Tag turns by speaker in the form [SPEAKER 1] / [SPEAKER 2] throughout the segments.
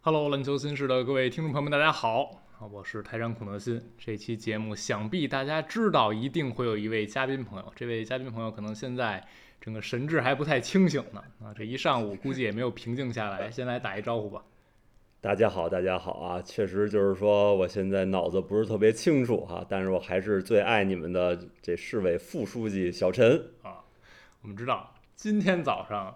[SPEAKER 1] Hello，篮球新事的各位听众朋友们，大家好，啊我是台山孔德新。这期节目想必大家知道，一定会有一位嘉宾朋友，这位嘉宾朋友可能现在整个神志还不太清醒呢，啊，这一上午估计也没有平静下来，先来打一招呼吧。
[SPEAKER 2] 大家好，大家好啊！确实就是说，我现在脑子不是特别清楚哈、但是我还是最爱你们的这市委副书记小陈。
[SPEAKER 1] 我们知道，今天早上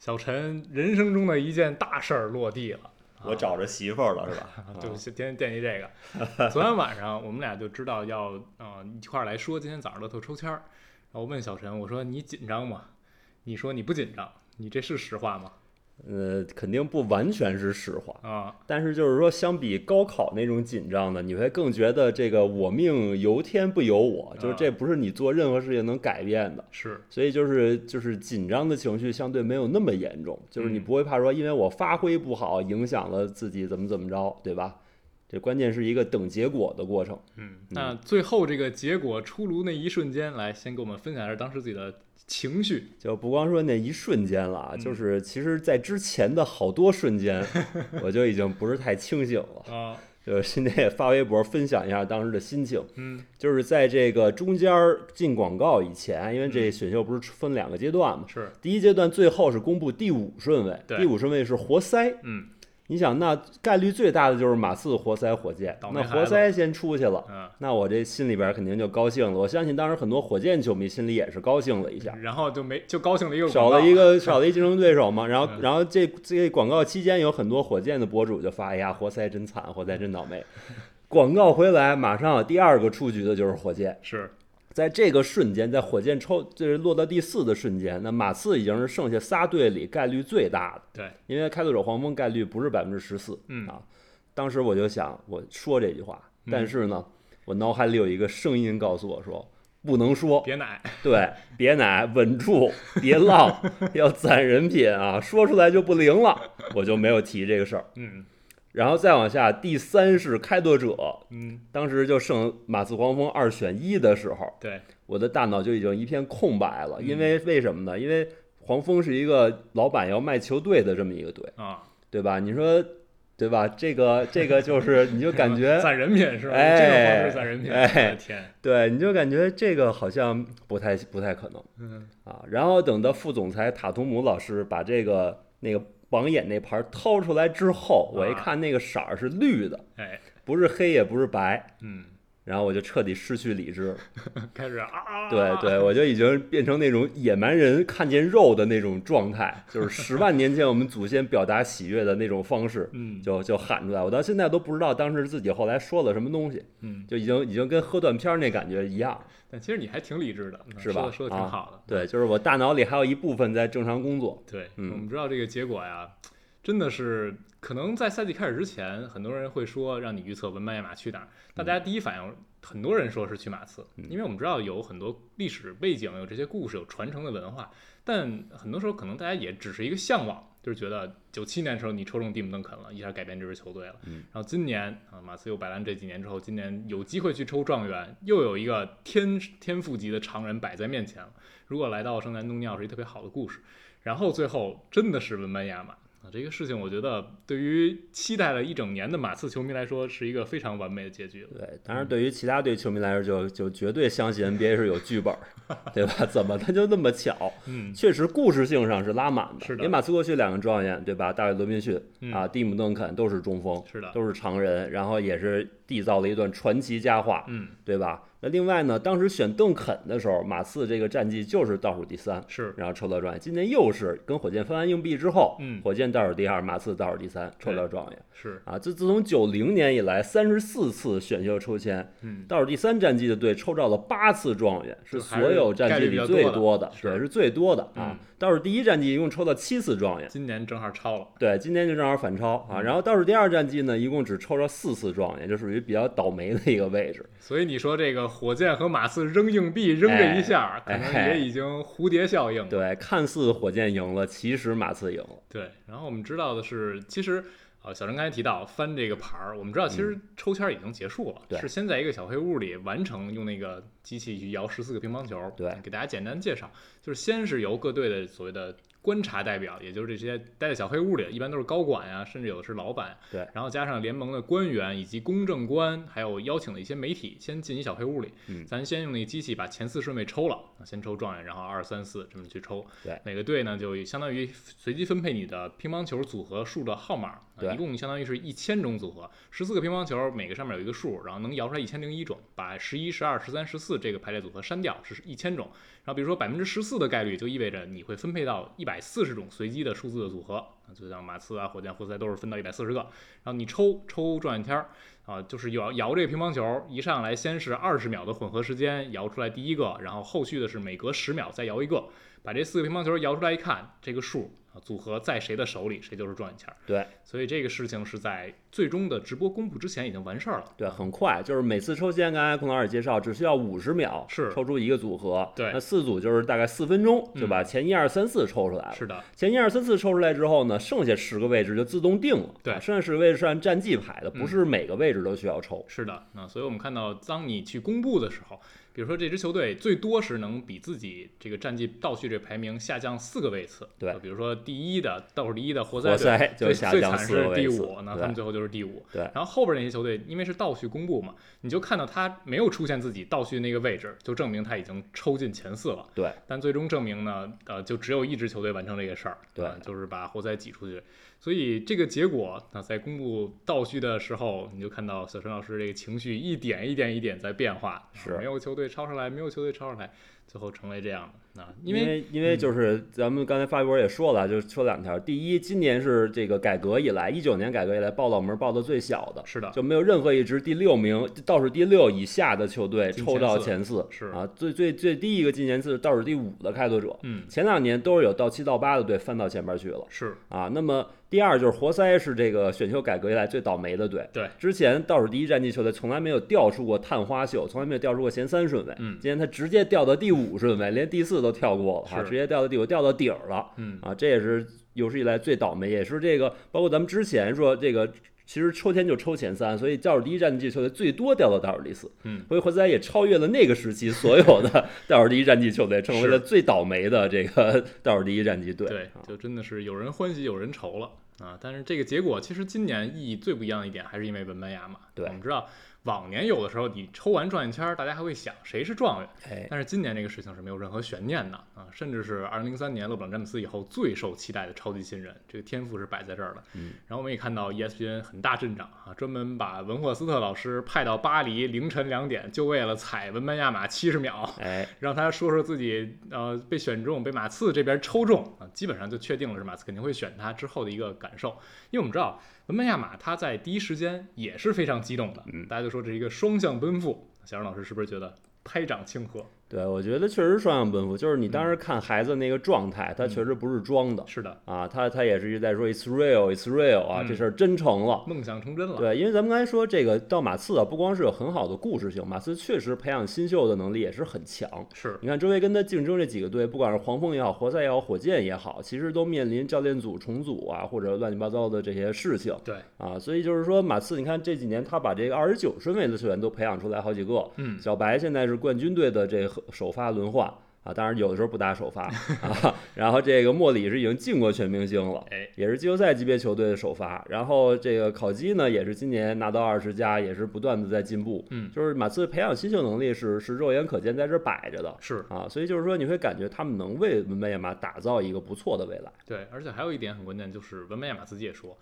[SPEAKER 1] 小陈人生中的一件大事儿落地了。啊
[SPEAKER 2] 我找着媳妇儿了是吧？
[SPEAKER 1] 啊，就先天天惦记这个。昨天晚上我们俩就知道要呃一块儿来说今天早上乐透抽签儿，然后我问小陈，我说你紧张吗？你说你不紧张，你这是实话吗？
[SPEAKER 2] 呃，肯定不完全是实话，
[SPEAKER 1] 啊，
[SPEAKER 2] 但是就是说，相比高考那种紧张的，你会更觉得这个我命由天不由我，就是这不是你做任何事情能改变的。
[SPEAKER 1] 是，
[SPEAKER 2] 所以就是就是紧张的情绪相对没有那么严重，就是你
[SPEAKER 1] 嗯
[SPEAKER 2] 不会怕说因为我发挥不好影响了自己怎么怎么着，对吧？这关键是一个等结果的过程。
[SPEAKER 1] 嗯。那最后这个结果出炉那一瞬间，来先给我们分享一下当时自己的情绪。
[SPEAKER 2] 就不光说那一瞬间了啊，
[SPEAKER 1] 嗯
[SPEAKER 2] 就是其实在之前的好多瞬间，我就已经不是太清醒了。
[SPEAKER 1] 啊，
[SPEAKER 2] 就是现在也发微博分享一下当时的心情，
[SPEAKER 1] 嗯
[SPEAKER 2] 就是在这个中间儿进广告以前，因为这
[SPEAKER 1] 嗯
[SPEAKER 2] 选秀不是分两个阶段嘛，
[SPEAKER 1] 是，
[SPEAKER 2] 第一阶段最后是公布第五顺位，
[SPEAKER 1] 对
[SPEAKER 2] 第五顺位是活塞，
[SPEAKER 1] 嗯
[SPEAKER 2] 你想，那概率最大的就是马刺、活塞、火箭
[SPEAKER 1] 倒。霉
[SPEAKER 2] 那
[SPEAKER 1] 孩子
[SPEAKER 2] 活塞先出去了，
[SPEAKER 1] 嗯，
[SPEAKER 2] 那我这心里边肯定就高兴了。我相信当时很多火箭球迷心里也是高兴了一下，
[SPEAKER 1] 然后就没就高兴了一个
[SPEAKER 2] 少
[SPEAKER 1] 广告
[SPEAKER 2] 了一个少了一竞争对手嘛。然后
[SPEAKER 1] 嗯，
[SPEAKER 2] 然后这这广告期间有很多火箭的博主就发：“哎呀，活塞真惨，活塞真倒霉。”广告回来，马上第二个出局的就是火箭。
[SPEAKER 1] 是，
[SPEAKER 2] 在这个瞬间，在火箭抽就是落到第四的瞬间，那马刺已经是剩下仨队里概率最大的，
[SPEAKER 1] 对，
[SPEAKER 2] 因为开拓者黄蜂概率不是百分之十四。
[SPEAKER 1] 嗯
[SPEAKER 2] 啊，当时我就想，我说这句话，
[SPEAKER 1] 嗯
[SPEAKER 2] 但是呢，我脑海里有一个声音告诉我说，不能说，
[SPEAKER 1] 别奶，
[SPEAKER 2] 对，别奶，稳住，别浪，要攒人品啊，说出来就不灵了，我就没有提这个事儿。
[SPEAKER 1] 嗯
[SPEAKER 2] 然后再往下，第三是开拓者，
[SPEAKER 1] 嗯，
[SPEAKER 2] 当时就剩马刺黄蜂二选一的时候，
[SPEAKER 1] 对，
[SPEAKER 2] 我的大脑就已经一片空白了，
[SPEAKER 1] 嗯
[SPEAKER 2] 因为为什么呢？因为黄蜂是一个老板要卖球队的这么一个队，
[SPEAKER 1] 啊，
[SPEAKER 2] 对吧？你说，对吧？这个这个就是，你就感 觉，
[SPEAKER 1] 攒人品是吧？
[SPEAKER 2] 哎
[SPEAKER 1] 这种方式攒人品，
[SPEAKER 2] 哎
[SPEAKER 1] 我的天，
[SPEAKER 2] 对，你就感觉这个好像不太不太可能
[SPEAKER 1] 嗯
[SPEAKER 2] 啊。然后等到副总裁塔图姆老师把这个那个榜眼那盘掏出来之后，我一
[SPEAKER 1] 啊
[SPEAKER 2] 看那个色儿是绿的，
[SPEAKER 1] 哎
[SPEAKER 2] 不是黑也不是白，
[SPEAKER 1] 嗯，
[SPEAKER 2] 然后我就彻底失去理智了。
[SPEAKER 1] 开始啊，
[SPEAKER 2] 对对，我就已经变成那种野蛮人看见肉的那种状态，就是十万年前我们祖先表达喜悦的那种方式，
[SPEAKER 1] 嗯
[SPEAKER 2] 就就喊出来。我到现在都不知道当时自己后来说了什么东西，
[SPEAKER 1] 嗯，
[SPEAKER 2] 就已经已经跟喝断片儿那感觉一样。
[SPEAKER 1] 但其实你还挺理智的，嗯
[SPEAKER 2] 是吧
[SPEAKER 1] 说的说的挺
[SPEAKER 2] 啊
[SPEAKER 1] 好的，
[SPEAKER 2] 对，就是我大脑里还有一部分在正常工作。
[SPEAKER 1] 对，
[SPEAKER 2] 嗯
[SPEAKER 1] 我们知道这个结果呀，真的是可能在赛季开始之前，很多人会说让你预测文班亚马去哪儿，大
[SPEAKER 2] 嗯
[SPEAKER 1] 家第一反应，很多人说是去马刺，因为我们知道有很多历史背景，有这些故事，有传承的文化，但很多时候可能大家也只是一个向往，就是觉得九七年的时候你抽中蒂姆·邓肯了，一下改变这支球队了，
[SPEAKER 2] 嗯
[SPEAKER 1] 然后今年啊，马刺又摆烂这几年之后，今年有机会去抽状元，又有一个天天赋级的常人摆在面前了，如果来到圣安东尼奥是一特别好的故事。然后最后真的是文班亚马啊，这个事情我觉得对于期待了一整年的马刺球迷来说是一个非常完美的结局了。
[SPEAKER 2] 对，当然对于其他队球迷来说就，就绝对相信 NBA 是有剧本儿，对吧？怎么他就那么巧？
[SPEAKER 1] 嗯
[SPEAKER 2] 确实，故事性上是拉满的。
[SPEAKER 1] 是的
[SPEAKER 2] 给马刺过去两个状元，对吧？大卫·罗宾逊、
[SPEAKER 1] 嗯
[SPEAKER 2] 啊，蒂姆·邓肯都是中锋，
[SPEAKER 1] 是的，
[SPEAKER 2] 都是常人，然后也是缔造了一段传奇佳话，
[SPEAKER 1] 嗯
[SPEAKER 2] 对吧？那另外呢，当时选邓肯的时候，马刺这个战绩就是倒数第三，
[SPEAKER 1] 是
[SPEAKER 2] 然后抽到状元。今年又是跟火箭分完硬币之后，
[SPEAKER 1] 嗯
[SPEAKER 2] 火箭倒数第二，马刺倒数第三，抽到状元
[SPEAKER 1] 是
[SPEAKER 2] 啊！自自从九零年以来，三十四次选秀抽签，
[SPEAKER 1] 嗯
[SPEAKER 2] 倒数第三战绩的队抽到了八次状元，
[SPEAKER 1] 就是还
[SPEAKER 2] 所
[SPEAKER 1] 是
[SPEAKER 2] 有战绩
[SPEAKER 1] 概率
[SPEAKER 2] 里
[SPEAKER 1] 比
[SPEAKER 2] 最
[SPEAKER 1] 较多
[SPEAKER 2] 多
[SPEAKER 1] 的
[SPEAKER 2] 的，
[SPEAKER 1] 是
[SPEAKER 2] 对，是最多的
[SPEAKER 1] 嗯
[SPEAKER 2] 啊！倒数第一战绩一共抽到七次状元。
[SPEAKER 1] 今年正好超了，
[SPEAKER 2] 对，今天就正好反超啊。
[SPEAKER 1] 嗯
[SPEAKER 2] 然后倒数第二战绩呢，一共只抽着四次状元，就属于比较倒霉的一个位置。
[SPEAKER 1] 所以你说这个火箭和马刺扔硬币扔这一下，可
[SPEAKER 2] 哎
[SPEAKER 1] 能也已经蝴蝶效应了。
[SPEAKER 2] 对，看似火箭赢了，其实马刺赢了。
[SPEAKER 1] 对，然后我们知道的是，其实呃，小陈刚才提到翻这个牌儿，我们知道其实抽签儿已经结束了，
[SPEAKER 2] 嗯对
[SPEAKER 1] 是先在一个小黑屋里完成用那个机器去摇十四个乒乓球。
[SPEAKER 2] 对
[SPEAKER 1] 给大家简单介绍，就是先是由各队的所谓的观察代表，也就是这些待在小黑屋里，一般都是高管呀、甚至有的是老板。
[SPEAKER 2] 对，
[SPEAKER 1] 然后加上联盟的官员以及公证官，还有邀请的一些媒体，先进一小黑屋里，
[SPEAKER 2] 嗯
[SPEAKER 1] 咱先用那机器把前四顺位抽了，先抽状元，然后二三四这么去抽。
[SPEAKER 2] 对
[SPEAKER 1] 每个队呢就相当于随机分配你的乒乓球组合数的号码，啊
[SPEAKER 2] 对
[SPEAKER 1] 一共相当于是一千种组合，十四个乒乓球，每个上面有一个数，然后能摇出来一千零一种，把十一、十二、十三、十四这个排列组合删掉，是一千种。然后比如说百分之十四的概率，就意味着你会分配到一百四十种随机的数字的组合，啊就像马刺啊、火箭、活塞都是分到一百四十个。然后你抽抽转一天儿啊，就是摇摇这个乒乓球，一上来先是二十秒的混合时间摇出来第一个，然后后续的是每隔十秒再摇一个，把这四个乒乓球摇出来一看，这个数啊组合在谁的手里，谁就是转一圈儿。
[SPEAKER 2] 对
[SPEAKER 1] 所以这个事情是在最终的直播公布之前已经完事儿了。
[SPEAKER 2] 对，很快，就是每次抽签，刚才孔老师也介绍，只需要五十秒，
[SPEAKER 1] 是
[SPEAKER 2] 抽出一个组合，
[SPEAKER 1] 对
[SPEAKER 2] 那四组就是大概四分钟就
[SPEAKER 1] 嗯
[SPEAKER 2] 把前一二三四抽出来了。
[SPEAKER 1] 是的，
[SPEAKER 2] 前一二三四抽出来之后呢，剩下十个位置就自动定了。
[SPEAKER 1] 对
[SPEAKER 2] 啊剩下十个位置是按战绩排的，
[SPEAKER 1] 嗯
[SPEAKER 2] 不是每个位置都需要抽。
[SPEAKER 1] 是的，那所以我们看到，当你去公布的时候，比如说这支球队最多是能比自己这个战绩倒序这个排名下降四个位次。
[SPEAKER 2] 对
[SPEAKER 1] 比如说第一的倒数第一的活塞
[SPEAKER 2] 活
[SPEAKER 1] 队，
[SPEAKER 2] 塞就
[SPEAKER 1] 最
[SPEAKER 2] 下
[SPEAKER 1] 最
[SPEAKER 2] 降
[SPEAKER 1] 惨
[SPEAKER 2] 四
[SPEAKER 1] 是
[SPEAKER 2] 个位
[SPEAKER 1] 第
[SPEAKER 2] 次
[SPEAKER 1] 五，那
[SPEAKER 2] 对
[SPEAKER 1] 他们最后就是第五。
[SPEAKER 2] 对
[SPEAKER 1] 然后后边那些球队因为是倒序公布嘛，你就看到他没有出现自己倒序那个位置，就证明他已经抽进前四了。
[SPEAKER 2] 对，
[SPEAKER 1] 但最终证明呢，呃，就只有一支球队完成这个事儿，
[SPEAKER 2] 对
[SPEAKER 1] 啊就是把活塞挤出去。所以这个结果，那在公布倒序的时候，你就看到小陈老师这个情绪一点一点一点在变化，
[SPEAKER 2] 是
[SPEAKER 1] 没有球队超上来，没有球队超上来，最后成为这样的啊，
[SPEAKER 2] 因
[SPEAKER 1] 因为
[SPEAKER 2] 为因为就是咱们刚才发微博也说了，就说两条。第一，今年是这个改革以来，一九年改革以来报道门报的最小的，
[SPEAKER 1] 是的，
[SPEAKER 2] 就没有任何一支第六名倒数第六以下的球队
[SPEAKER 1] 进
[SPEAKER 2] 抽
[SPEAKER 1] 前
[SPEAKER 2] 到
[SPEAKER 1] 四
[SPEAKER 2] 前四，
[SPEAKER 1] 是
[SPEAKER 2] 啊，最最最低一个进前四是倒数第五的开拓者。
[SPEAKER 1] 嗯，
[SPEAKER 2] 前两年都是有到七到八的队翻到前边去了
[SPEAKER 1] 是
[SPEAKER 2] 啊。那么第二就是活塞是这个选秀改革以来最倒霉的队，
[SPEAKER 1] 对，
[SPEAKER 2] 之前倒数第一战绩球队从来没有掉出过探花秀，从来没有掉出过前三顺位，
[SPEAKER 1] 嗯
[SPEAKER 2] 今天他直接掉到第五顺位，连第四都跳过了，啊、
[SPEAKER 1] 是
[SPEAKER 2] 直接掉到第五，掉到顶儿了。
[SPEAKER 1] 嗯，
[SPEAKER 2] 啊，这也是有史以来最倒霉，也是这个包括咱们之前说这个，其实抽签就抽前三，所以倒数第一战绩球队最多掉到倒数第四，
[SPEAKER 1] 嗯，
[SPEAKER 2] 所以活塞也超越了那个时期所有的倒数第一战绩球队，成为了最倒霉的这个 倒数第一战绩队。
[SPEAKER 1] 对
[SPEAKER 2] 啊，
[SPEAKER 1] 就真的是有人欢喜有人愁了啊！但是这个结果其实今年意义最不一样的一点，还是因为文班亚马。
[SPEAKER 2] 对
[SPEAKER 1] 我们知道往年有的时候你抽完状元签儿，大家还会想谁是状元，
[SPEAKER 2] 哎，
[SPEAKER 1] 但是今年这个事情是没有任何悬念的啊，甚至是二零零三年勒布朗詹姆斯以后最受期待的超级新人，这个天赋是摆在这儿的。
[SPEAKER 2] 嗯，
[SPEAKER 1] 然后我们也看到 E ESPN 很大阵仗啊，专门把文霍斯特老师派到巴黎凌晨两点，就为了踩文班亚马七十秒。
[SPEAKER 2] 哎，
[SPEAKER 1] 让他说说自己呃被选中，被马刺这边抽中啊，基本上就确定了是马刺肯定会选他之后的一个感受，因为我们知道文班亚马他在第一时间也是非常激动的，
[SPEAKER 2] 嗯
[SPEAKER 1] 大家就说这是一个双向奔赴，小张老师是不是觉得拍掌庆贺？
[SPEAKER 2] 对，我觉得确实双向奔赴，就是你当时看孩子那个状态，他确实不是装的。
[SPEAKER 1] 是的，
[SPEAKER 2] 啊，他他也是一直在说 “it's real, it's real” 啊，
[SPEAKER 1] 嗯
[SPEAKER 2] 这事儿真成了。
[SPEAKER 1] 梦想成真了，
[SPEAKER 2] 对，因为咱们刚才说这个到马刺啊，不光是有很好的故事性，马刺确实培养新秀的能力也是很强。
[SPEAKER 1] 是，
[SPEAKER 2] 你看周围跟他竞争这几个队，不管是黄蜂也好，活塞也好，火箭也好，其实都面临教练组重组啊，或者乱七八糟的这些事情
[SPEAKER 1] 对，
[SPEAKER 2] 啊。所以就是说，马刺你看这几年他把这个二十九顺位的球员都培养出来好几个，
[SPEAKER 1] 嗯，
[SPEAKER 2] 小白现在是冠军队的这个首发轮换。啊，当然有的时候不打首发啊， 然后这个莫里是已经进过全明星了，
[SPEAKER 1] 哎，
[SPEAKER 2] 也是季后赛级别球队的首发。然后这个考基呢，也是今年拿到二十加，也是不断的在进步。
[SPEAKER 1] 嗯
[SPEAKER 2] 就是马刺培养新秀能力是是肉眼可见在这儿摆着的
[SPEAKER 1] 是
[SPEAKER 2] 啊，所以就是说你会感觉他们能为文班亚马打造一个不错的未来。
[SPEAKER 1] 对，而且还有一点很关键，就是文班亚马自己也说。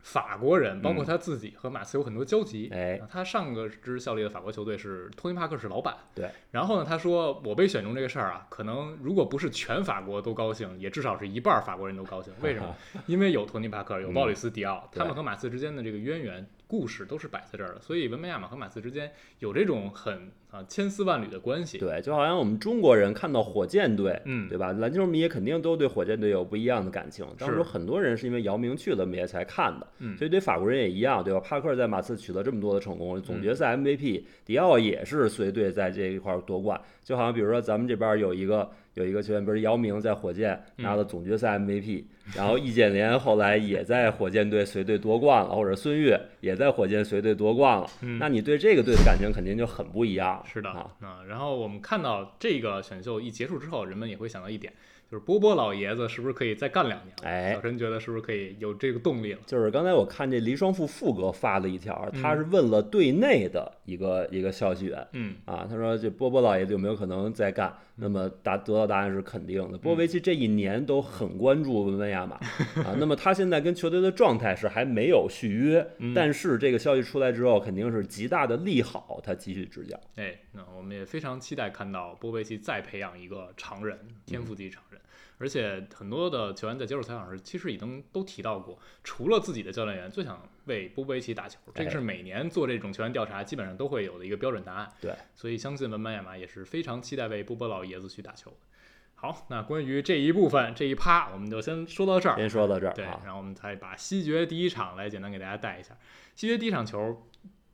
[SPEAKER 1] 法国人，包括他自己和马刺有很多交集，
[SPEAKER 2] 嗯哎
[SPEAKER 1] 啊，他上个支效力的法国球队是托尼·帕克是老板，
[SPEAKER 2] 对。
[SPEAKER 1] 然后呢，他说我被选中这个事儿啊，可能如果不是全法国都高兴，也至少是一半儿法国人都高 兴。为什么？因为有托尼·帕克，有鲍里斯·迪奥，
[SPEAKER 2] 嗯对
[SPEAKER 1] 他们和马刺之间的这个渊源故事都是摆在这儿的，所以文班亚马和马刺之间有这种很啊千丝万缕的关系。
[SPEAKER 2] 对，就好像我们中国人看到火箭队，
[SPEAKER 1] 嗯
[SPEAKER 2] 对吧？篮球迷也肯定都对火箭队有不一样的感情。当时
[SPEAKER 1] 是
[SPEAKER 2] 很多人是因为姚明去了，我们也才看的。
[SPEAKER 1] 嗯
[SPEAKER 2] 所以对法国人也一样，对吧？帕克在马刺取得这么多的成功，总
[SPEAKER 1] 嗯
[SPEAKER 2] 决赛 MVP，、迪奥也是随队在这一块儿夺冠。就好像比如说咱们这边有一个有一个球员，比如姚明在火箭
[SPEAKER 1] 嗯
[SPEAKER 2] 拿了总决赛 MVP，、然后易建联后来也在火箭队随队夺冠了，或者孙悦也在火箭随队夺冠了。
[SPEAKER 1] 嗯
[SPEAKER 2] 那你对这个队的感情肯定就很不一样了。
[SPEAKER 1] 是的
[SPEAKER 2] 啊，
[SPEAKER 1] 嗯然后我们看到这个选秀一结束之后，人们也会想到一点，就是波波老爷子是不是可以再干两年了？
[SPEAKER 2] 哎
[SPEAKER 1] 小陈觉得是不是可以有这个动力了？
[SPEAKER 2] 就是刚才我看这黎双富富哥发了一条，
[SPEAKER 1] 嗯
[SPEAKER 2] 他是问了队内的一个一个消息源
[SPEAKER 1] 嗯
[SPEAKER 2] 啊，他说这波波老爷子有没有可能再干？那么答得到答案是肯定的。
[SPEAKER 1] 嗯
[SPEAKER 2] 波维奇这一年都很关注文班亚马啊，那么他现在跟球队的状态是还没有续约，
[SPEAKER 1] 嗯
[SPEAKER 2] 但是这个消息出来之后，肯定是极大的利好他继续执教。
[SPEAKER 1] 哎，那我们也非常期待看到波维奇再培养一个常人，天赋级常人。而且很多的球员在接受采访时，其实已经都提到过，除了自己的教练员，最想为波维奇打球。这个是每年做这种球员调查，基本上都会有的一个标准答案。
[SPEAKER 2] 对，
[SPEAKER 1] 所以相信文班亚马也是非常期待为波波老爷子去打球的。好，那关于这一部分这一趴，我们就先说到这儿。
[SPEAKER 2] 先说到这儿
[SPEAKER 1] 对，
[SPEAKER 2] 啊，
[SPEAKER 1] 然后我们再把西决第一场来简单给大家带一下。西决第一场球，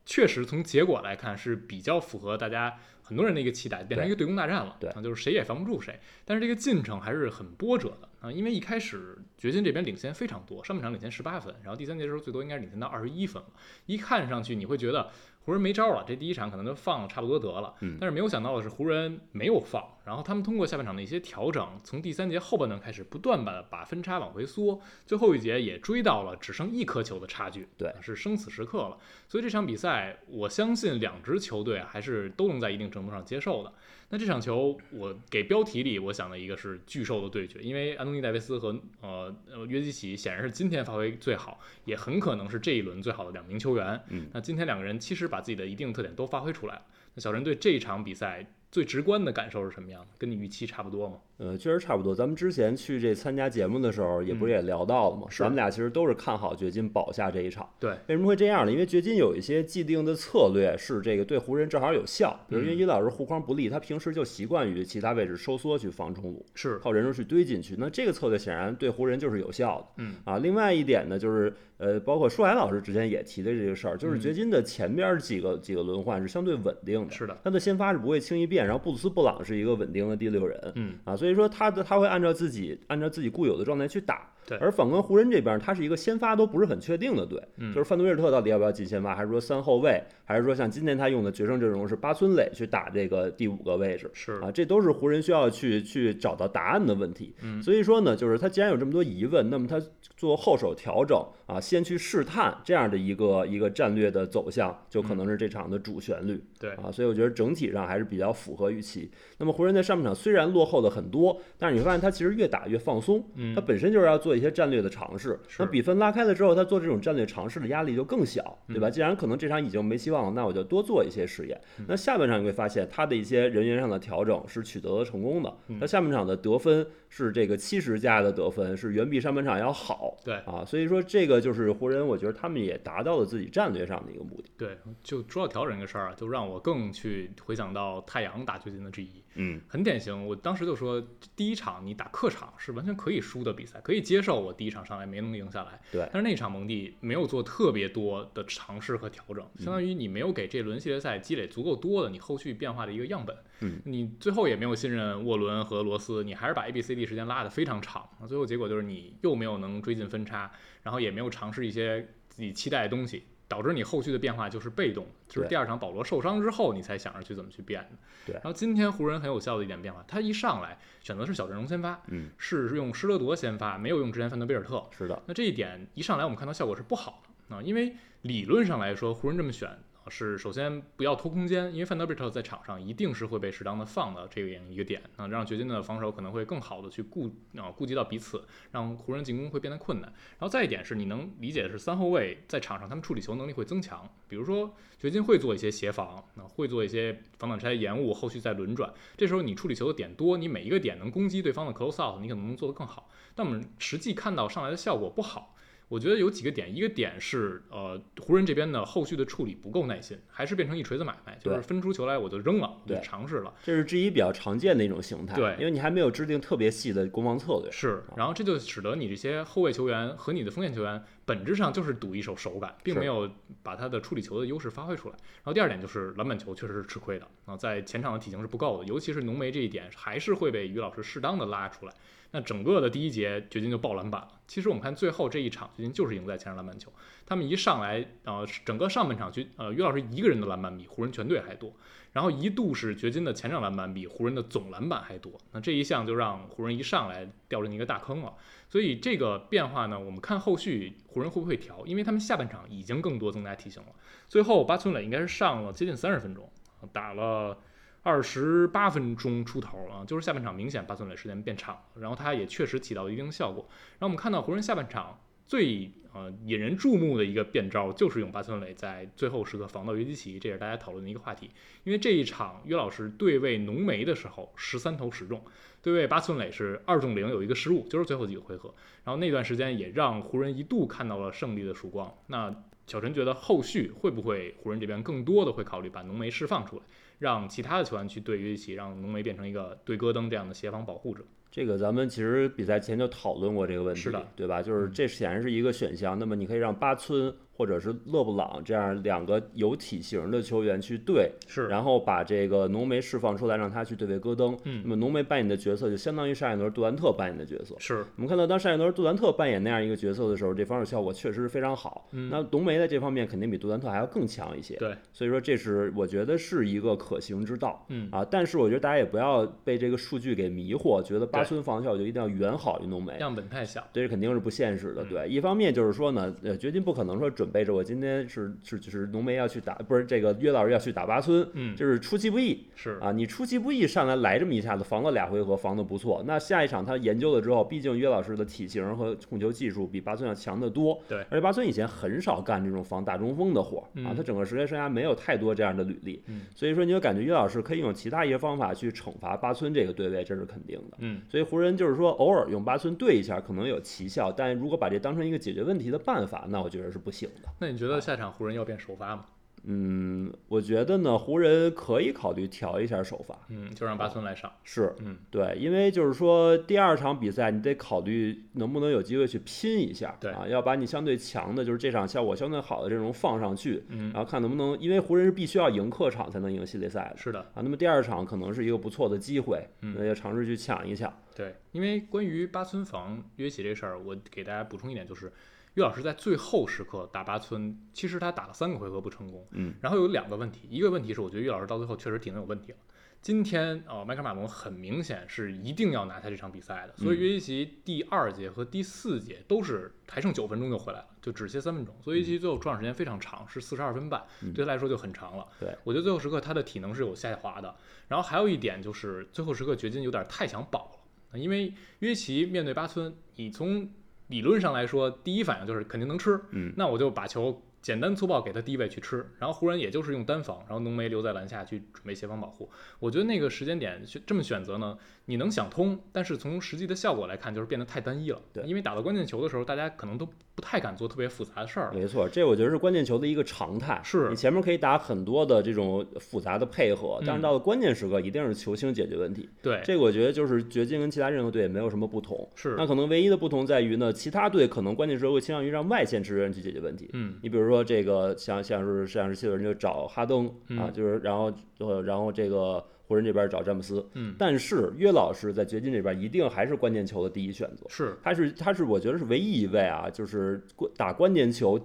[SPEAKER 1] 确实从结果来看是比较符合大家很多人的一个期待，变成一个对攻大战了，
[SPEAKER 2] 对
[SPEAKER 1] 啊，就是谁也防不住谁。但是这个进程还是很波折的啊，因为一开始掘金这边领先非常多，上半场领先十八分，然后第三节的时候最多应该是领先到二十一分了。一看上去你会觉得湖人没招了，这第一场可能就放了差不多得了。
[SPEAKER 2] 嗯
[SPEAKER 1] 但是没有想到的是，湖人没有放，然后他们通过下半场的一些调整，从第三节后半段开始不断把把分差往回缩，最后一节也追到了只剩一颗球的差距，
[SPEAKER 2] 对
[SPEAKER 1] 是生死时刻了。所以这场比赛，我相信两支球队啊还是都能在一定程度上接受的。那这场球，我给标题里我想的一个是巨兽的对决，因为安东尼戴维斯和呃呃约基奇显然是今天发挥最好，也很可能是这一轮最好的两名球员。
[SPEAKER 2] 嗯，
[SPEAKER 1] 那今天两个人其实把自己的一定特点都发挥出来了。那小陈对这一场比赛最直观的感受是什么样的？跟你预期差不多吗？
[SPEAKER 2] 呃，确实差不多。咱们之前去这参加节目的时候，也不是也聊到了嘛，
[SPEAKER 1] 嗯是
[SPEAKER 2] 咱们俩其实都是看好掘金保下这一场。
[SPEAKER 1] 对，
[SPEAKER 2] 为什么会这样呢？因为掘金有一些既定的策略是这个对湖人正好有效，比如因为伊朗是护框不利，他平时就习惯于其他位置收缩去防冲鲁，
[SPEAKER 1] 是，
[SPEAKER 2] 靠人数去堆进去。那这个策略显然对湖人就是有效的。
[SPEAKER 1] 嗯
[SPEAKER 2] 啊，另外一点呢，就是呃，包括舒海老师之前也提的这个事儿，就是掘金的前边几个几个轮换是相对稳定的，
[SPEAKER 1] 是的，
[SPEAKER 2] 他的先发是不会轻易变，然后布鲁斯布朗是一个稳定的第六人，
[SPEAKER 1] 嗯，
[SPEAKER 2] 啊，所以说他的他会按照自己按照自己固有的状态去打。
[SPEAKER 1] 对
[SPEAKER 2] 而反观湖人这边，他是一个先发都不是很确定的队，
[SPEAKER 1] 嗯
[SPEAKER 2] 就是范德威尔特到底要不要进先发，还是说三后卫，还是说像今天他用的决胜阵容是巴村磊去打这个第五个位置。
[SPEAKER 1] 是，
[SPEAKER 2] 啊，这都是湖人需要去去找到答案的问题。
[SPEAKER 1] 嗯
[SPEAKER 2] 所以说呢，就是他既然有这么多疑问，那么他做后手调整啊，先去试探这样的一个一个战略的走向，
[SPEAKER 1] 嗯
[SPEAKER 2] 就可能是这场的主旋律。
[SPEAKER 1] 对
[SPEAKER 2] 啊，所以我觉得整体上还是比较符合预期。那么湖人在上半场虽然落后了很多，但是你发现他其实越打越放松，
[SPEAKER 1] 嗯
[SPEAKER 2] 他本身就是要做一些战略的尝试。
[SPEAKER 1] 是
[SPEAKER 2] 那比分拉开了之后，他做这种战略尝试的压力就更小，
[SPEAKER 1] 嗯
[SPEAKER 2] 对吧？既然可能这场已经没希望了，那我就多做一些实验。
[SPEAKER 1] 嗯
[SPEAKER 2] 那下半场你会发现他的一些人员上的调整是取得了成功的
[SPEAKER 1] 嗯，
[SPEAKER 2] 他下半场的得分是这个七十加的得分，是远比上半场要好。
[SPEAKER 1] 对
[SPEAKER 2] 啊，所以说这个就是湖人，我觉得他们也达到了自己战略上的一个目的。
[SPEAKER 1] 对，就说到调整这个事儿啊，就让我更去回想到太阳打掘金的 G 一，
[SPEAKER 2] 嗯，
[SPEAKER 1] 很典型。我当时就说，第一场你打客场是完全可以输的比赛，可以接受我第一场上来没能赢下来。
[SPEAKER 2] 对
[SPEAKER 1] 但是那场蒙蒂没有做特别多的尝试和调整，相当于你没有给这轮系列赛积累足够多的你后续变化的一个样本。
[SPEAKER 2] 嗯，
[SPEAKER 1] 你最后也没有信任沃伦和罗斯，你还是把 A、B、C、D 时间拉得非常长。那最后结果就是你又没有能追进分差，然后也没有尝试一些自己期待的东西。导致你后续的变化就是被动，就是
[SPEAKER 2] 对
[SPEAKER 1] 第二场保罗受伤之后，你才想着去怎么去变的。然后今天湖人很有效的一点变化，他一上来选择是小阵容先发，
[SPEAKER 2] 嗯，
[SPEAKER 1] 是用施德德先发，没有用之前范德贝尔特。
[SPEAKER 2] 是的。
[SPEAKER 1] 那这一点一上来我们看到效果是不好的啊，因为理论上来说，湖人这么选。啊是首先不要拖空间，因为范德贝特在场上一定是会被适当的放到这样一个点，啊，让掘金的防守可能会更好的去顾啊顾及到彼此，让湖人进攻会变得困难。然后再一点是你能理解的是，三后卫在场上他们处理球能力会增强，比如说掘金会做一些协防，啊，会做一些防挡拆延误，后续再轮转。这时候你处理球的点多，你每一个点能攻击对方的 close out，你可能能做得更好。但我们实际看到上来的效果不好，我觉得有几个点，一个点是呃湖人这边的后续的处理不够耐心，还是变成一锤子买卖，就是
[SPEAKER 2] 对
[SPEAKER 1] 分出球来我就扔了，我就
[SPEAKER 2] 对
[SPEAKER 1] 尝试了。
[SPEAKER 2] 这是之一比较常见的一种形态，
[SPEAKER 1] 对
[SPEAKER 2] 因为你还没有制定特别细的攻防策略。
[SPEAKER 1] 是，然后这就使得你这些后卫球员和你的锋线球员本质上就是赌一手手感，并
[SPEAKER 2] 是
[SPEAKER 1] 没有把他的处理球的优势发挥出来。然后第二点就是篮板球确实是吃亏的啊，在前场的体型是不够的，尤其是浓眉这一点还是会被于老师适当的拉出来。那整个的第一节，掘金就爆篮板了。其实我们看最后这一场，掘金就是赢在前场篮板球。他们一上来，呃，整个上半场，掘呃约老师一个人的篮板比湖人全队还多，然后一度是掘金的前场篮板比湖人的总篮板还多。啊那这一项就让湖人一上来掉进一个大坑了。所以这个变化呢，我们看后续湖人会不会调，因为他们下半场已经更多增加体型了。最后八村垒应该是上了接近三十分钟，打了。二十八分钟出头啊，就是下半场明显巴村磊时间变长，然后他也确实起到一定效果。然后我们看到湖人下半场最呃引人注目的一个变招，就是用巴村磊在最后时刻防到约基奇，这也是大家讨论的一个话题。因为这一场约老师对位浓眉的时候，十三投十中，对位巴村磊是二中零有一个失误，就是最后几个回合。然后那段时间也让湖人一度看到了胜利的曙光。那小陈觉得后续会不会湖人这边更多的会考虑把浓眉释放出来？让其他的球员去对约基奇，让浓眉变成一个对戈登这样的协防保护者。
[SPEAKER 2] 这个咱们其实比赛前就讨论过这个问题，
[SPEAKER 1] 是的嗯
[SPEAKER 2] 对吧？就是这显然是一个选项。那么你可以让巴村或者是勒布朗这样两个有体型的球员去对，
[SPEAKER 1] 是
[SPEAKER 2] 然后把这个浓眉释放出来，让他去对位戈登。
[SPEAKER 1] 嗯
[SPEAKER 2] 那么浓眉扮演的角色就相当于上一轮杜兰特扮演的角色。
[SPEAKER 1] 是，
[SPEAKER 2] 我们看到，当上一轮杜兰特扮演那样一个角色的时候，这防守效果确实是非常好。
[SPEAKER 1] 嗯
[SPEAKER 2] 那浓眉在这方面肯定比杜兰特还要更强一些。
[SPEAKER 1] 对，
[SPEAKER 2] 所以说这是我觉得是一个可行之道。
[SPEAKER 1] 嗯，
[SPEAKER 2] 啊，但是我觉得大家也不要被这个数据给迷惑，觉得八
[SPEAKER 1] 对
[SPEAKER 2] 村防效就一定要远好于浓眉，
[SPEAKER 1] 样本太小，
[SPEAKER 2] 这是肯定是不现实的。
[SPEAKER 1] 嗯
[SPEAKER 2] 对，一方面就是说呢，呃，掘金不可能说准备着我今天是是是浓眉要去打，不是这个约老师要去打八村，
[SPEAKER 1] 嗯，
[SPEAKER 2] 就是出其不意
[SPEAKER 1] 是
[SPEAKER 2] 啊。你出其不意上来来这么一下子，防了俩回合，防的不错。那下一场他研究了之后，毕竟约老师的体型和控球技术比八村要强得多。
[SPEAKER 1] 对
[SPEAKER 2] 而且八村以前很少干这种防大中锋的活儿、啊
[SPEAKER 1] 嗯，
[SPEAKER 2] 他整个职业生涯没有太多这样的履历。
[SPEAKER 1] 嗯
[SPEAKER 2] 所以说你就感觉约老师可以用其他一些方法去惩罚八村这个对位，这是肯定的。
[SPEAKER 1] 嗯，
[SPEAKER 2] 所以湖人就是说，偶尔用八村对一下可能有奇效，但如果把这当成一个解决问题的办法，那我觉得是不行的。
[SPEAKER 1] 那你觉得下场湖人要变首发吗？
[SPEAKER 2] 嗯，我觉得呢，湖人可以考虑调一下首发，
[SPEAKER 1] 嗯，就让巴村来上。
[SPEAKER 2] 是
[SPEAKER 1] 嗯，
[SPEAKER 2] 对，因为就是说第二场比赛你得考虑能不能有机会去拼一下，
[SPEAKER 1] 对
[SPEAKER 2] 啊，要把你相对强的，就是这场效果相对好的这种放上去，
[SPEAKER 1] 嗯
[SPEAKER 2] 然后看能不能，因为湖人是必须要赢客场才能赢系列赛的
[SPEAKER 1] 是的，
[SPEAKER 2] 啊，那么第二场可能是一个不错的机会，
[SPEAKER 1] 嗯
[SPEAKER 2] 那要尝试去抢一抢，
[SPEAKER 1] 对，因为关于八村防约起这事儿，我给大家补充一点，就是岳老师在最后时刻打八村，其实他打了三个回合不成功，
[SPEAKER 2] 嗯，
[SPEAKER 1] 然后有两个问题，一个问题是我觉得岳老师到最后确实挺有问题了。今天呃，麦克马龙很明显是一定要拿下这场比赛的，所以
[SPEAKER 2] 嗯
[SPEAKER 1] 约基奇第二节和第四节都是还剩九分钟就回来了，就只歇三分钟，所以约基奇最后出场时间非常长，是四十二分半，
[SPEAKER 2] 嗯
[SPEAKER 1] 对他来说就很长了。
[SPEAKER 2] 对，
[SPEAKER 1] 我觉得最后时刻他的体能是有下滑的，然后还有一点就是最后时刻掘金有点太想保了，因为约基奇面对巴村，你从理论上来说第一反应就是肯定能吃，
[SPEAKER 2] 嗯，
[SPEAKER 1] 那我就把球简单粗暴给他低位去吃，然后湖人也就是用单防，然后浓眉留在篮下去准备协防保护。我觉得那个时间点选这么选择呢，你能想通，但是从实际的效果来看，就是变得太单一了。
[SPEAKER 2] 对
[SPEAKER 1] 因为打到关键球的时候，大家可能都不太敢做特别复杂的事儿了。
[SPEAKER 2] 没错，这我觉得是关键球的一个常态。
[SPEAKER 1] 是
[SPEAKER 2] 你前面可以打很多的这种复杂的配合，但是到了关键时刻，一定是球星解决问题。
[SPEAKER 1] 嗯对，
[SPEAKER 2] 这个我觉得就是掘金跟其他任何队也没有什么不同。
[SPEAKER 1] 是
[SPEAKER 2] 那可能唯一的不同在于呢，其他队可能关键时候会倾向于让外线支援去解决问题。
[SPEAKER 1] 嗯，
[SPEAKER 2] 你比如说这个像像是像是七六人就找哈登、啊，
[SPEAKER 1] 嗯
[SPEAKER 2] 就是然后呃然后这个湖人这边找詹姆斯，
[SPEAKER 1] 嗯
[SPEAKER 2] 但是约老师在掘金这边一定还是关键球的第一选择。
[SPEAKER 1] 是，
[SPEAKER 2] 他是他是我觉得是唯一一位啊，就是关打关键球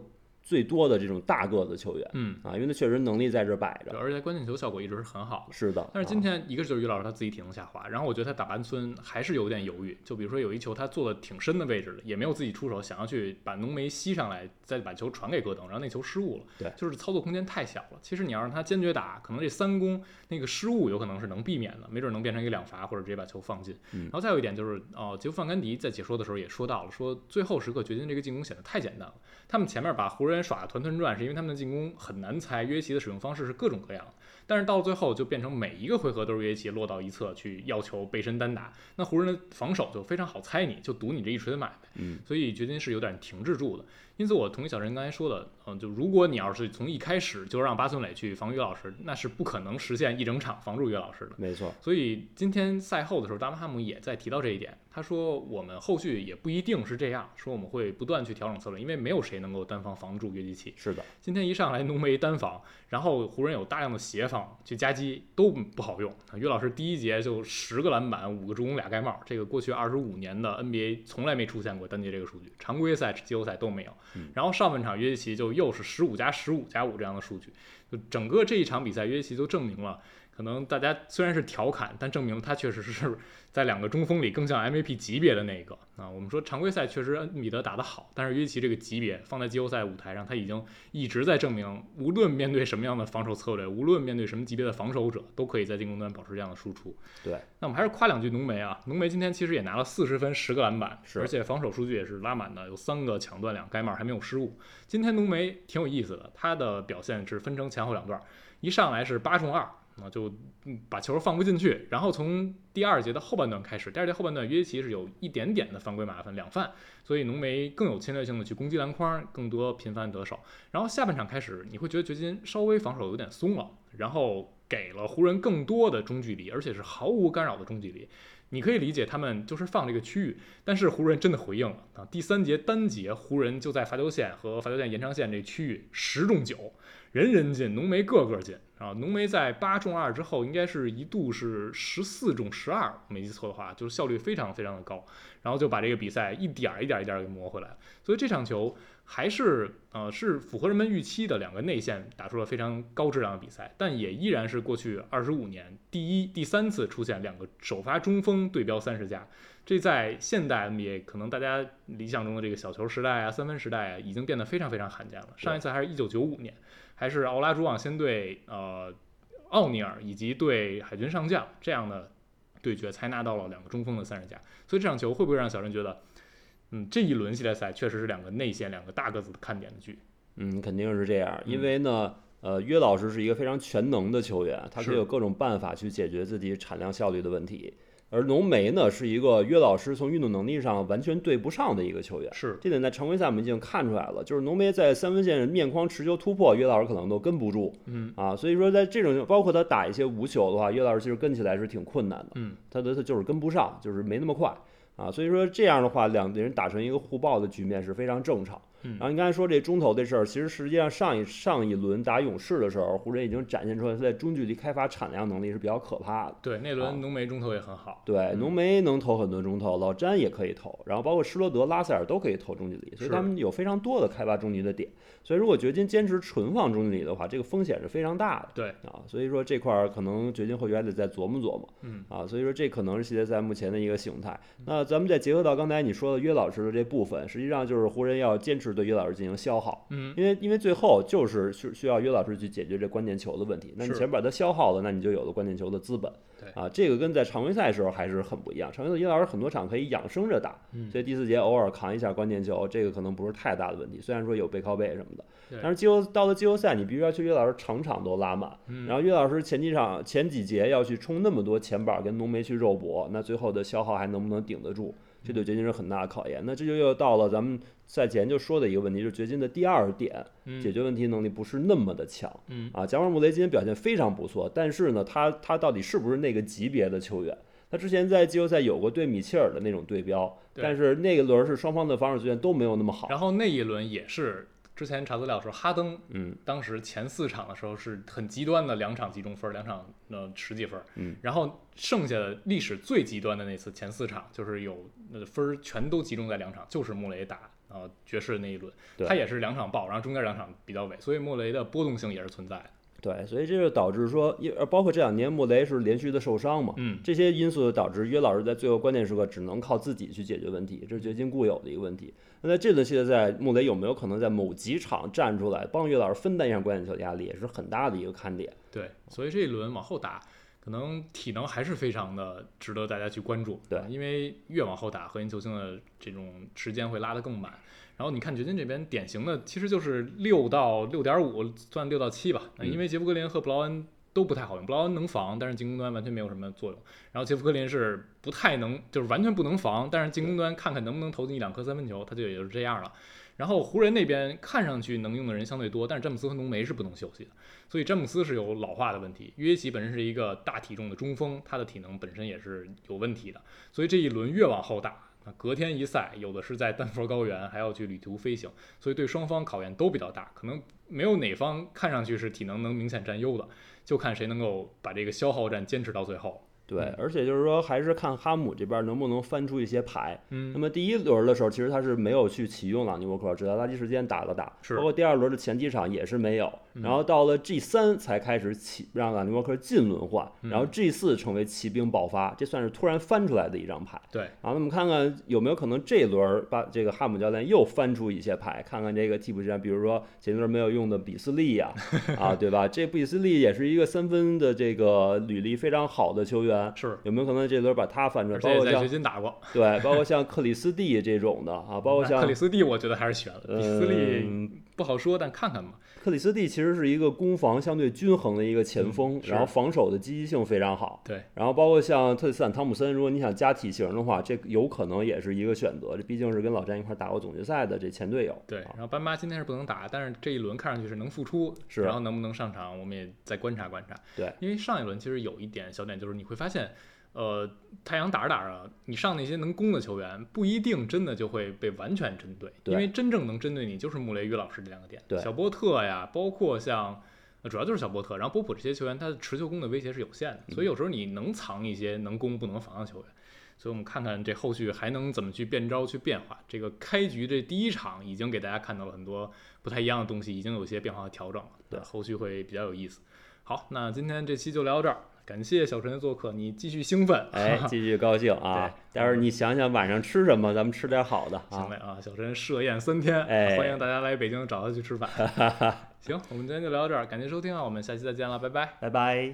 [SPEAKER 2] 最多的这种大个子球员
[SPEAKER 1] 嗯，
[SPEAKER 2] 啊，因为他确实能力在这摆
[SPEAKER 1] 对
[SPEAKER 2] 着。
[SPEAKER 1] 而且关键球效果一直是很好的。
[SPEAKER 2] 是的，
[SPEAKER 1] 但是今
[SPEAKER 2] 啊、
[SPEAKER 1] 天一个就是于老师他自己体能下滑，然后我觉得他打完村还是有点犹豫，就比如说有一球他坐的挺深的位置了，也没有自己出手，想要去把浓眉吸上来，再把球传给戈登，然后那球失误了，
[SPEAKER 2] 对
[SPEAKER 1] 就是操作空间太小了。其实你要让他坚决打，可能这三攻那个失误有可能是能避免的，没准能变成一个两罚或者直接把球放进。
[SPEAKER 2] 嗯
[SPEAKER 1] 然后再有一点就是，呃，杰夫范甘迪在解说的时候也说到了，说最后时刻掘金这个进攻显得太简单了，他们前面把湖人耍得团团转，是因为他们的进攻很难猜，约奇的使用方式是各种各样的。但是到最后就变成每一个回合都是约基奇落到一侧去要求背身单打， 那湖人的防守就非常好猜你，就赌你这一锤子买卖。
[SPEAKER 2] 嗯，
[SPEAKER 1] 所以掘金是有点停滞住的。因此，我同意小陈刚才说的，嗯、就如果你要是从一开始就让巴村磊去防约老师，那是不可能实现一整场防住约老师的。
[SPEAKER 2] 没错，
[SPEAKER 1] 所以今天赛后的时候，达文哈姆也在提到这一点，他说我们后续也不一定是这样，说我们会不断去调整策略，因为没有谁能够单防防住约基奇。
[SPEAKER 2] 是的，
[SPEAKER 1] 今天一上来浓眉单防，然后湖人有大量的协防去夹击都不好用。于老师第一节就十个篮板，五个助攻，俩盖帽，这个过去二十五年的 NBA 从来没出现过单节这个数据，常规赛、季后赛都没有。然后上半场约基奇就又是十五加十五加五这样的数据，就整个这一场比赛约基奇就证明了。可能大家虽然是调侃，但证明他确实是在两个中锋里更像 MVP 级别的那个啊。我们说常规赛确实米德打得好，但是约基奇这个级别放在季后赛舞台上，他已经一直在证明，无论面对什么样的防守策略，无论面对什么级别的防守者，都可以在进攻端保持这样的输出。
[SPEAKER 2] 对，
[SPEAKER 1] 那我们还是夸两句浓眉啊，浓眉今天其实也拿了四十分，十个篮板，
[SPEAKER 2] 是
[SPEAKER 1] 而且防守数据也是拉满的，有三个抢断，两个盖帽，还没有失误。今天浓眉挺有意思的，他的表现是分成前后两段，一上来是八中二。啊，就嗯把球放不进去，然后从第二节的后半段开始，第二节后半段约基奇是有一点点的犯规麻烦，两犯，所以浓眉更有侵略性的去攻击篮筐，更多频繁得手。然后下半场开始，你会觉得掘金稍微防守有点松了，然后给了湖人更多的中距离，而且是毫无干扰的中距离。你可以理解他们就是放这个区域，但是湖人真的回应了啊！第三节单节，湖人就在罚球线和罚球线延长线这区域十中九，人人进，浓眉个个进啊！浓眉在八中二之后，应该是一度是十四中十二，我没记错的话，就是效率非常非常的高，然后就把这个比赛一点儿一点儿一点儿给磨回来了。所以这场球还是呃是符合人们预期的，两个内线打出了非常高质量的比赛，但也依然是过去二十五年第一、第三次出现两个首发中锋对标三十加，这在现代 NBA 可能大家理想中的这个小球时代啊、三分时代啊，已经变得非常非常罕见了。上一次还是一九九五年，还是奥拉朱旺先对呃奥尼尔以及对海军上将这样的对决才拿到了两个中锋的三十加，所以这场球会不会让小人觉得？嗯，这一轮系列赛确实是两个内线、两个大个子的看点的剧。
[SPEAKER 2] 嗯，肯定是这样，因为呢，呃，约老师是一个非常全能的球员，他可以
[SPEAKER 1] 是
[SPEAKER 2] 有各种办法去解决自己产量效率的问题。而浓眉呢，是一个约老师从运动能力上完全对不上的一个球员，
[SPEAKER 1] 是，
[SPEAKER 2] 这点在常规赛我们已经看出来了，就是浓眉在三分线面框持球突破，约老师可能都跟不住
[SPEAKER 1] 嗯
[SPEAKER 2] 啊，所以说在这种包括他打一些无球的话，约老师其实跟起来是挺困难的。
[SPEAKER 1] 嗯，
[SPEAKER 2] 他的他就是跟不上，就是没那么快啊。所以说这样的话，两个人打成一个互爆的局面是非常正常。
[SPEAKER 1] 嗯
[SPEAKER 2] 然后你刚才说这中投这事儿，其实实际上上一上一轮打勇士的时候，湖人已经展现出来他在中距离开发产量能力是比较可怕的。
[SPEAKER 1] 对，那轮浓眉中投也很好。
[SPEAKER 2] 对，浓眉能投很多中投，老詹也可以投，然后包括施罗德、拉塞尔都可以投中距离，所
[SPEAKER 1] 是
[SPEAKER 2] 以他们有非常多的开发中距离的点。所以如果掘金坚持纯放中距离的话，这个风险是非常大的。
[SPEAKER 1] 对，
[SPEAKER 2] 啊，所以说这块儿可能掘金后续还得再琢磨琢磨，
[SPEAKER 1] 嗯
[SPEAKER 2] 啊，所以说这可能是系列赛目前的一个形态。那咱们再结合到刚才你说的约老师的这部分，实际上就是湖人要坚持对约老师进行消耗，
[SPEAKER 1] 嗯，
[SPEAKER 2] 因为因为最后就是需需要约老师去解决这关键球的问题。那你
[SPEAKER 1] 是
[SPEAKER 2] 前面把它消耗了，那你就有了关键球的资本。
[SPEAKER 1] 对
[SPEAKER 2] 啊，这个跟在常规赛时候还是很不一样。常规赛约老师很多场可以养生着打，
[SPEAKER 1] 嗯
[SPEAKER 2] 所以第四节偶尔扛一下关键球，这个可能不是太大的问题。虽然说有背靠背什么的
[SPEAKER 1] 对，
[SPEAKER 2] 但是季后到了季后赛，你必须要去约老师场场都拉满。
[SPEAKER 1] 嗯
[SPEAKER 2] 然后岳老师前几场前几节要去冲那么多前板跟浓眉去肉搏，那最后的消耗还能不能顶得住？这
[SPEAKER 1] 嗯
[SPEAKER 2] 对掘金是很大的考验。那这就又到了咱们赛前就说的一个问题，就是掘金的第二点，解
[SPEAKER 1] 嗯
[SPEAKER 2] 决问题能力不是那么的强。
[SPEAKER 1] 嗯
[SPEAKER 2] 啊，贾马尔穆雷今天表现非常不错，但是呢，他他到底是不是那个级别的球员？他之前在季后赛有过对米切尔的那种对标，
[SPEAKER 1] 对
[SPEAKER 2] 但是那一轮是双方的防守球员都没有那么好。
[SPEAKER 1] 然后那一轮也是之前查资料说，哈登
[SPEAKER 2] 嗯，
[SPEAKER 1] 当时前四场的时候是很极端的，两场集中分，两场呃十几分，
[SPEAKER 2] 嗯，
[SPEAKER 1] 然后剩下的历史最极端的那次前四场，就是有呃分儿全都集中在两场，就是穆雷打呃爵士那一轮，
[SPEAKER 2] 对
[SPEAKER 1] 他也是两场爆，然后中间两场比较尾，所以穆雷的波动性也是存在的。
[SPEAKER 2] 对，所以这就导致说，因呃包括这两年穆雷是连续的受伤嘛，
[SPEAKER 1] 嗯，
[SPEAKER 2] 这些因素导致约老师在最后关键时刻只能靠自己去解决问题，这是掘金固有的一个问题。那在这轮系列赛，穆雷有没有可能在某几场站出来帮约老师分担一下关键球压力，也是很大的一个看点。
[SPEAKER 1] 对，所以这一轮往后打，可能体能还是非常的值得大家去关注。
[SPEAKER 2] 对
[SPEAKER 1] 因为越往后打，核心球星的这种时间会拉得更满。然后你看掘金这边典型的其实就是六到六点五，算六到七吧。那因为杰夫格林和布劳恩都不太好用，布劳恩能防，但是进攻端完全没有什么作用。然后杰夫格林是不太能，就是完全不能防，但是进攻端看看能不能投进一两颗三分球，他就也就是这样了。然后湖人那边看上去能用的人相对多，但是詹姆斯和浓眉是不能休息的，所以詹姆斯是有老化的问题。约基奇本身是一个大体重的中锋，他的体能本身也是有问题的，所以这一轮越往后打，那隔天一赛，有的是在丹佛高原，还要去旅途飞行，所以对双方考验都比较大，可能没有哪方看上去是体能能明显占优的，就看谁能够把这个消耗战坚持到最后。
[SPEAKER 2] 对，而且就是说，还是看哈姆这边能不能翻出一些牌。那
[SPEAKER 1] 嗯，
[SPEAKER 2] 么第一轮的时候，其实他是没有去启用朗尼沃克，只在垃圾时间打了打，
[SPEAKER 1] 是嗯
[SPEAKER 2] 包括第二轮的前几场也是没有。然后到了 G 三才开始起让朗尼沃克进轮换，
[SPEAKER 1] 嗯
[SPEAKER 2] 然后 G 四成为骑兵爆发，这算是突然翻出来的一张牌。
[SPEAKER 1] 对，
[SPEAKER 2] 然后我们看看有没有可能这一轮儿把这个哈姆教练又翻出一些牌，看看这个替补席上，比如说前一轮没有用的比斯利呀、啊，对吧？这比斯利也是一个三分的这个履历非常好的球员，
[SPEAKER 1] 是，
[SPEAKER 2] 有没有可能这轮儿把他翻出来？
[SPEAKER 1] 而
[SPEAKER 2] 包
[SPEAKER 1] 且
[SPEAKER 2] 括
[SPEAKER 1] 在掘
[SPEAKER 2] 像
[SPEAKER 1] 金打过，
[SPEAKER 2] 对，包括像克里斯蒂这种的啊，包括
[SPEAKER 1] 嗯那
[SPEAKER 2] 像
[SPEAKER 1] 克里斯蒂，我觉得还是选了。比斯利
[SPEAKER 2] 嗯
[SPEAKER 1] 不好说，但看看吧。
[SPEAKER 2] 克里斯蒂其实是一个攻防相对均衡的一个前锋，
[SPEAKER 1] 嗯是
[SPEAKER 2] 然后防守的积极性非常好。
[SPEAKER 1] 对，
[SPEAKER 2] 然后包括像特里斯坦·汤普森，如果你想加体型的话，这有可能也是一个选择。这毕竟是跟老詹一块打过总决赛的这前队友。
[SPEAKER 1] 对，
[SPEAKER 2] 啊
[SPEAKER 1] 然后班巴今天是不能打，但是这一轮看上去是能复出，
[SPEAKER 2] 是
[SPEAKER 1] 然后能不能上场，我们也再观察观察。
[SPEAKER 2] 对，
[SPEAKER 1] 因为上一轮其实有一点小点，就是你会发现，呃，太阳打着打着，你上那些能攻的球员，不一定真的就会被完全针对，
[SPEAKER 2] 对
[SPEAKER 1] 因为真正能针对你就是穆雷与老师这两个点，
[SPEAKER 2] 对
[SPEAKER 1] 小波特呀，包括像。呃主要就是小波特，然后波普这些球员，他的持球攻的威胁是有限的，所以有时候你能藏一些能攻不能防的球员，所以我们看看这后续还能怎么去变招、去变化。这个开局这第一场已经给大家看到了很多不太一样的东西，已经有一些变化和调整了。
[SPEAKER 2] 对
[SPEAKER 1] 后续会比较有意思。好，那今天这期就聊到这儿，感谢小陈的做客，你继续兴奋。
[SPEAKER 2] 哎，继续高兴啊！待会儿你想想晚上吃什么，咱们吃点好的
[SPEAKER 1] 行
[SPEAKER 2] 啊。
[SPEAKER 1] 嘞啊，小陈设宴三天，
[SPEAKER 2] 哎
[SPEAKER 1] 欢迎大家来北 京找他去吃饭。行，我们今天就聊到这儿，感谢收听啊，我们下期再见了，拜拜。
[SPEAKER 2] 拜拜。